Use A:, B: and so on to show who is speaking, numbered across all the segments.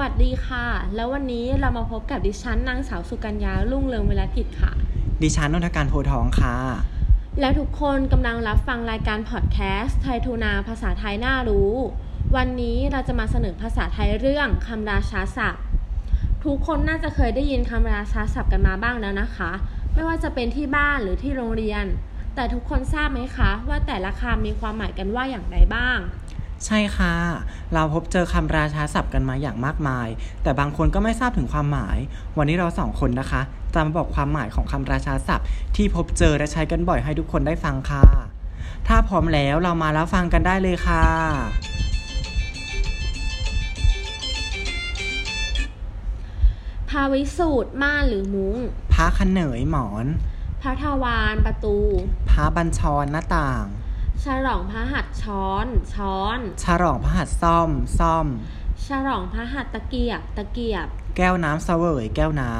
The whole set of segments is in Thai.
A: วัสดีค่ะ แล้ววันนี้เรามาพบกับดิฉันนางสาวสุกัญญาลุ่งเรืองเวลากิจค่ะ
B: ดิฉันนนทการโพธิ์ทองค่ะ
A: และทุกคนกำลังรับฟังรายการพอดแคสต์ไทยทูนาภาษาไทยน่ารู้ วันนี้เราจะมาเสนอภาษาไทยเรื่องคำราชาศัพท์ ทุกคนน่าจะเคยได้ยินคำราชาศัพท์กันมาบ้างแล้วนะคะ ไม่ว่าจะเป็นที่บ้านหรือที่โรงเรียน แต่ทุกคนทราบไหมคะ ว่าแต่ละคำมีความหมายกันว่าอย่างไรบ้าง
B: ใช่ค่ะ เราพบเจอคำราชาศัพท์กันมาอย่างมากมาย แต่บางคนก็ไม่ทราบถึงความหมาย วันนี้เราสองคนนะคะจะมาบอกความหมายของคำราชาศัพท์ ที่พบเจอและใช้กันบ่อยให้ทุกคนได้ฟังค่ะ ถ้าพร้อมแล้วเรามารับฟังกันได้เลยค่ะ
A: ภาวิสูตรม่านหรือมุง้ง
B: พระขนเหนยหมอน
A: พระทวารประตู
B: พระบัญชรหน้าต่าง
A: ฉลองพระหัตถ์ช้อน ช้อน
B: ฉลองพระหัตถ์ซ่อม ซ่อม
A: ฉลองพระหัตถ์ตะเกียบ ตะเกียบ
B: แก้วน้ำเสวย แก้วน้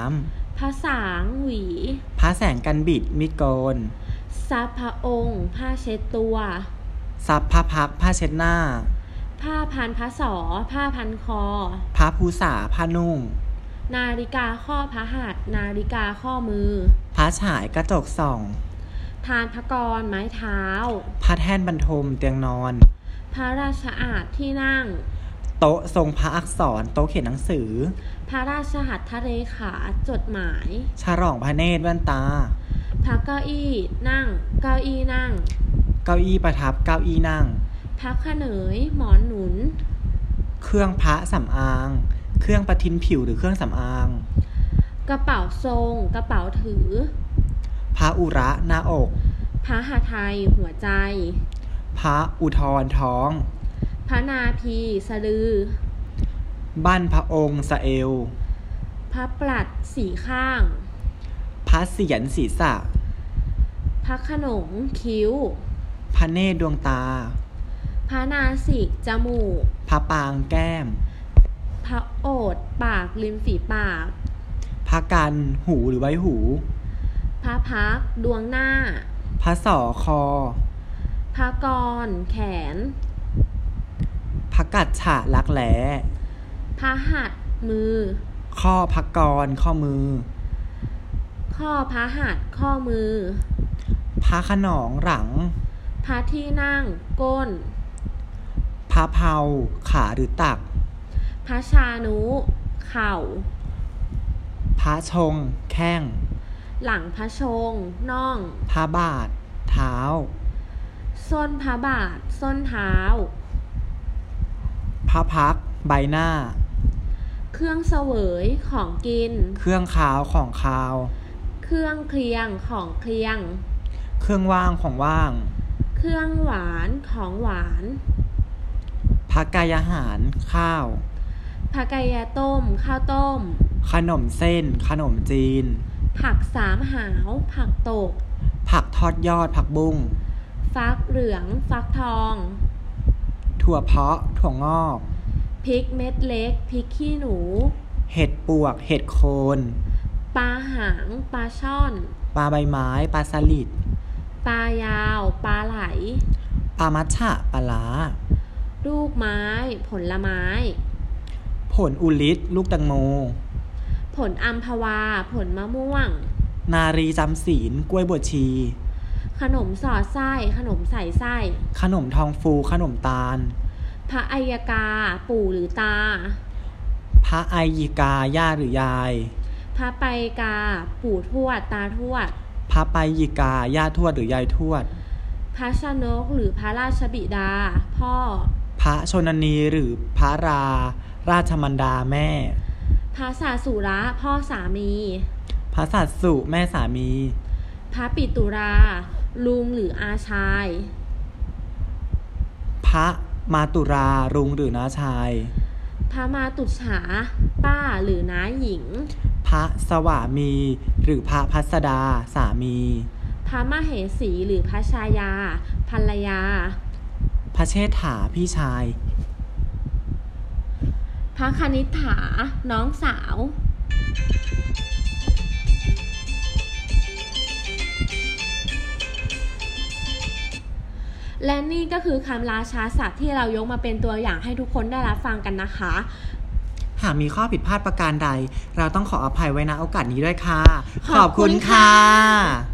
A: พระสางหวี
B: ำพระแสงกันบิดมิดโกน
A: ซับพระองค์ ผ้าเช็ดตัว
B: ซับพระพักตร์ผ้าเช็ดหน้า
A: ผ้าพันพระสอ ผ้าพันคอ
B: พระภูษาผ้านุ่ง
A: นาฬิกาข้อพระหัตถ์นาฬิกาข้อมือ
B: พระฉายกระจกส่อง
A: ทานพระกร ไม้เท้า
B: พระแท่นบรรทมเตียงนอน
A: พระราชอาณที่นั่ง
B: โต๊ะทรงพระอักษร โต๊ะเขียนหนังสือ
A: พระราชหัตถเลขาจดหมาย
B: ฉลองพระเนตรแว่นตา
A: พระเก้าอี้ นั่ง เก้าอี้นั่ง
B: เก้าอี้ประทับ เก้าอี้นั่ง
A: พระขะเหนย หมอนหนุน
B: เครื่องพระสำอาง เครื่องประทินผิวหรือเครื่องสำอาง
A: กระเป๋าทรง กระเป๋าถือ
B: พระอุระหน้าอก
A: พระหาไทยหัวใจ
B: พระอุทรท้อง
A: พระนาพีสะดือ
B: บ้านพระองค์สะเอว
A: พระปลัดสีข้าง
B: พระเสียรศีรษะ
A: พระขนงคิ้ว
B: พระเนตรดวงตา
A: พระนาสิกจมูก
B: พระปางแก้ม
A: พระโอษฐ์ปากริมฝีปาก
B: พระกันหูหรือไว้หู
A: พระพักตร์ดวงหน้า
B: พระสอคอ
A: พระกร แขน
B: พระกัดฉะรักแหล
A: พระหัตถ์มือ
B: ข้อพักกรข้อมือ
A: ข้อพระหัตถ์ข้อมือ
B: พระขนองหลัง
A: พระที่นั่งก้น
B: พระเพราขาหรือตัก
A: พระชานุ เข่า
B: พระชง แข้ง
A: หลังพระชงน่อง
B: พระบาท เท้า
A: ส้นพระบาท ส้นเท้า
B: พระพัก ใบหน้า
A: เครื่องเสวยของกิน
B: เครื่องขาวของขาว
A: เครื่องเคียงของเคียง
B: เครื่องว่างของว่าง
A: เครื่องหวานของหวาน
B: พระกายอาหาร ข้าว
A: ผักกายาต้ม ข้าวต้ม
B: ขนมเส้น ขนมจีน
A: ผักสามหาว ผักตก
B: ผักทอดยอดผักบุ้ง
A: ฟักเหลือง ฟักทอง
B: ถั่วเพาะ ถั่วงอก
A: พริกเม็ดเล็ก พริกขี้หนู
B: เห็ดปวก เห็ดโคน
A: ปลาหาง ปลาช่อน
B: ปลาใบไม้ ปลาสลิด
A: ปลายาว ปลาไหล
B: ปลามัชฉะปลาร้า
A: ลูกไม้ ผลไม้
B: ผลอุลิศลูกแตังโม
A: ผลอัมพวา ผลมะม่วง
B: นารีจำศีลกล้วยบวชชี
A: ขนมสอดไส้ ขนมใส่ไส้
B: ขนมทองฟูขนมตาล
A: พระอัยกา ปู่หรือตา
B: พระไอยิกาย่าหรือยาย
A: พระไปกา ปู่ทวด ตาทวด
B: พระไปยิกาย่าทวดหรือยายทวด
A: พระชนกหรือพระราชบิดา พ่อ
B: พระชนนีหรือพระรา ราชมันดาแม่
A: พระสาสุระพ่อสามี
B: พระสัตสุแม่สามี
A: พระปิตุรา ลุงหรืออาชาย
B: พระมาตุรารุงหรือนาชาย
A: พระมาตุฉา ป้าหรือน้าหญิง
B: พระสวามี หรือพระพัสดาสามี
A: พระมเหสีหรือพระชายา ภรรยา
B: พระเชษฐาพี่ชาย
A: พระคณิษฐา น้องสาว และนี่ก็คือคำราชาศัพท์ที่เรายกมาเป็นตัวอย่างให้ทุกคนได้รับฟังกันนะคะ
B: หากมีข้อผิดพลาดประการใด เราต้องขออภัยไว้ณโอกาสนี้ด้วยค่ะ
A: ขอบคุณค่
B: ขอบณ